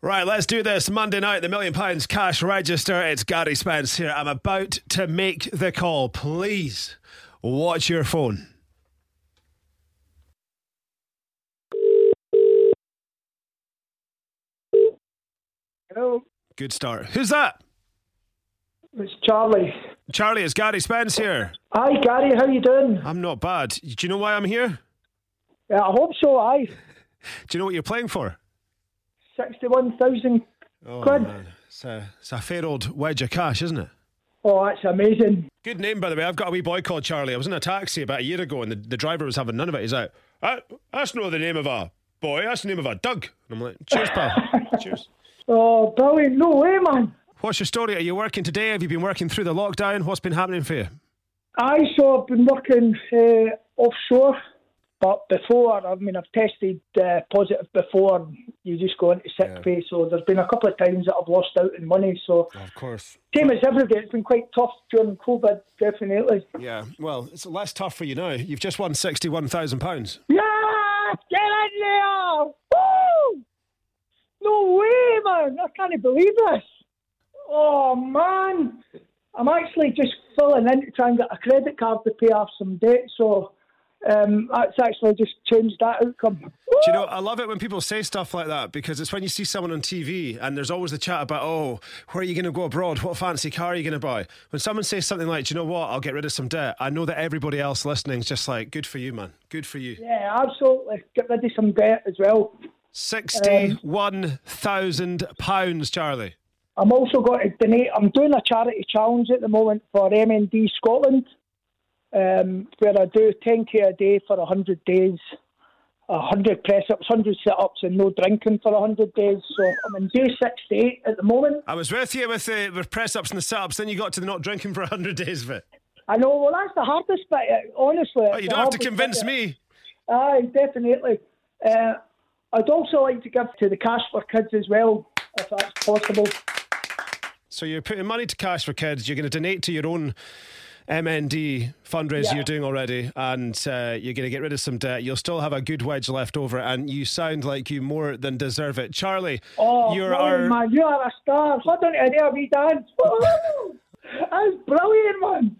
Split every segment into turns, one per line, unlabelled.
Right, let's do this. Monday night, the million pounds cash register. It's Gary Spence here. I'm about to make the call. Please watch your phone.
Hello,
Good start. Who's that?
it's Charlie.
Charlie, it's Gary Spence here.
Hi, Gary. How you doing?
I'm not bad. Do you know why I'm here?
Yeah, I hope so. Aye,
Do you know what you're playing for?
sixty-one thousand.
Oh,
Good.
man. It's a, it's a fair old wedge of cash, isn't it?
Oh, that's amazing.
Good name, by the way. I've got a wee boy called Charlie. I was in a taxi about a year ago, and the, the driver was having none of it. He's like, "Uh, "That's not the name of a boy. That's the name of a Doug." And I'm like, "Cheers, pal. Cheers."
Oh, brilliant. No way, man.
What's your story? Are you working today? Have you been working through the lockdown? What's been happening for you?
I so I've been working uh, offshore, but before I mean I've tested uh, positive before. You just go into sick pay, so there's been a couple of times that I've lost out in money. So
Of course.
same as everybody, it's been quite tough during COVID, definitely.
Yeah. Well, it's less tough for you now. You've just won sixty-one thousand pounds.
Yeah, get in there! Woo! No way, man! I can't believe this. Oh man, I'm actually just filling in to try and get a credit card to pay off some debt. So um, that's actually just changed that outcome. Woo!
Do you know, I love it when people say stuff like that because it's when you see someone on TV and there's always the chat about, oh, where are you going to go abroad? What fancy car are you going to buy? When someone says something like, do you know what? I'll get rid of some debt. I know that everybody else listening is just like, good for you, man. Good for you.
Yeah, absolutely. Get rid of some debt as well.
£61,000, Charlie.
I'm also got to donate. I'm doing a charity challenge at the moment for MND Scotland, um, where I do 10k a day for 100 days, 100 press ups, 100 sit ups, and no drinking for 100 days. So I'm in day 68 at the moment.
I was with you with the with press ups and the sit ups, then you got to the not drinking for 100 days of it.
I know. Well, that's the hardest bit. eh, Honestly,
But Oh, you don't have to convince me.
Aye, definitely. Uh, I'd also like to give to the Cash for Kids as well, if that's possible.
So you're putting money to cash for kids. You're going to donate to your own MND fundraiser
Yeah.
you're doing already, and uh, you're going to get rid of some debt. You'll still have a good wedge left over, and you sound like you more than deserve it, Charlie.
Oh,
you're
brilliant, man, you are a star. Why don't you dare be dance? Woo! That's brilliant, man.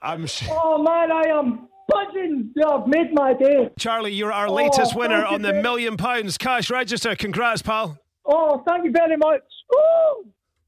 I'm sh-
Oh, man, I am buzzing. You have made my day.
Charlie. You're our latest
Oh, thank
winner
you,
on the
mate.
million pounds cash register. Congrats, pal.
Oh, thank you very much. Woo!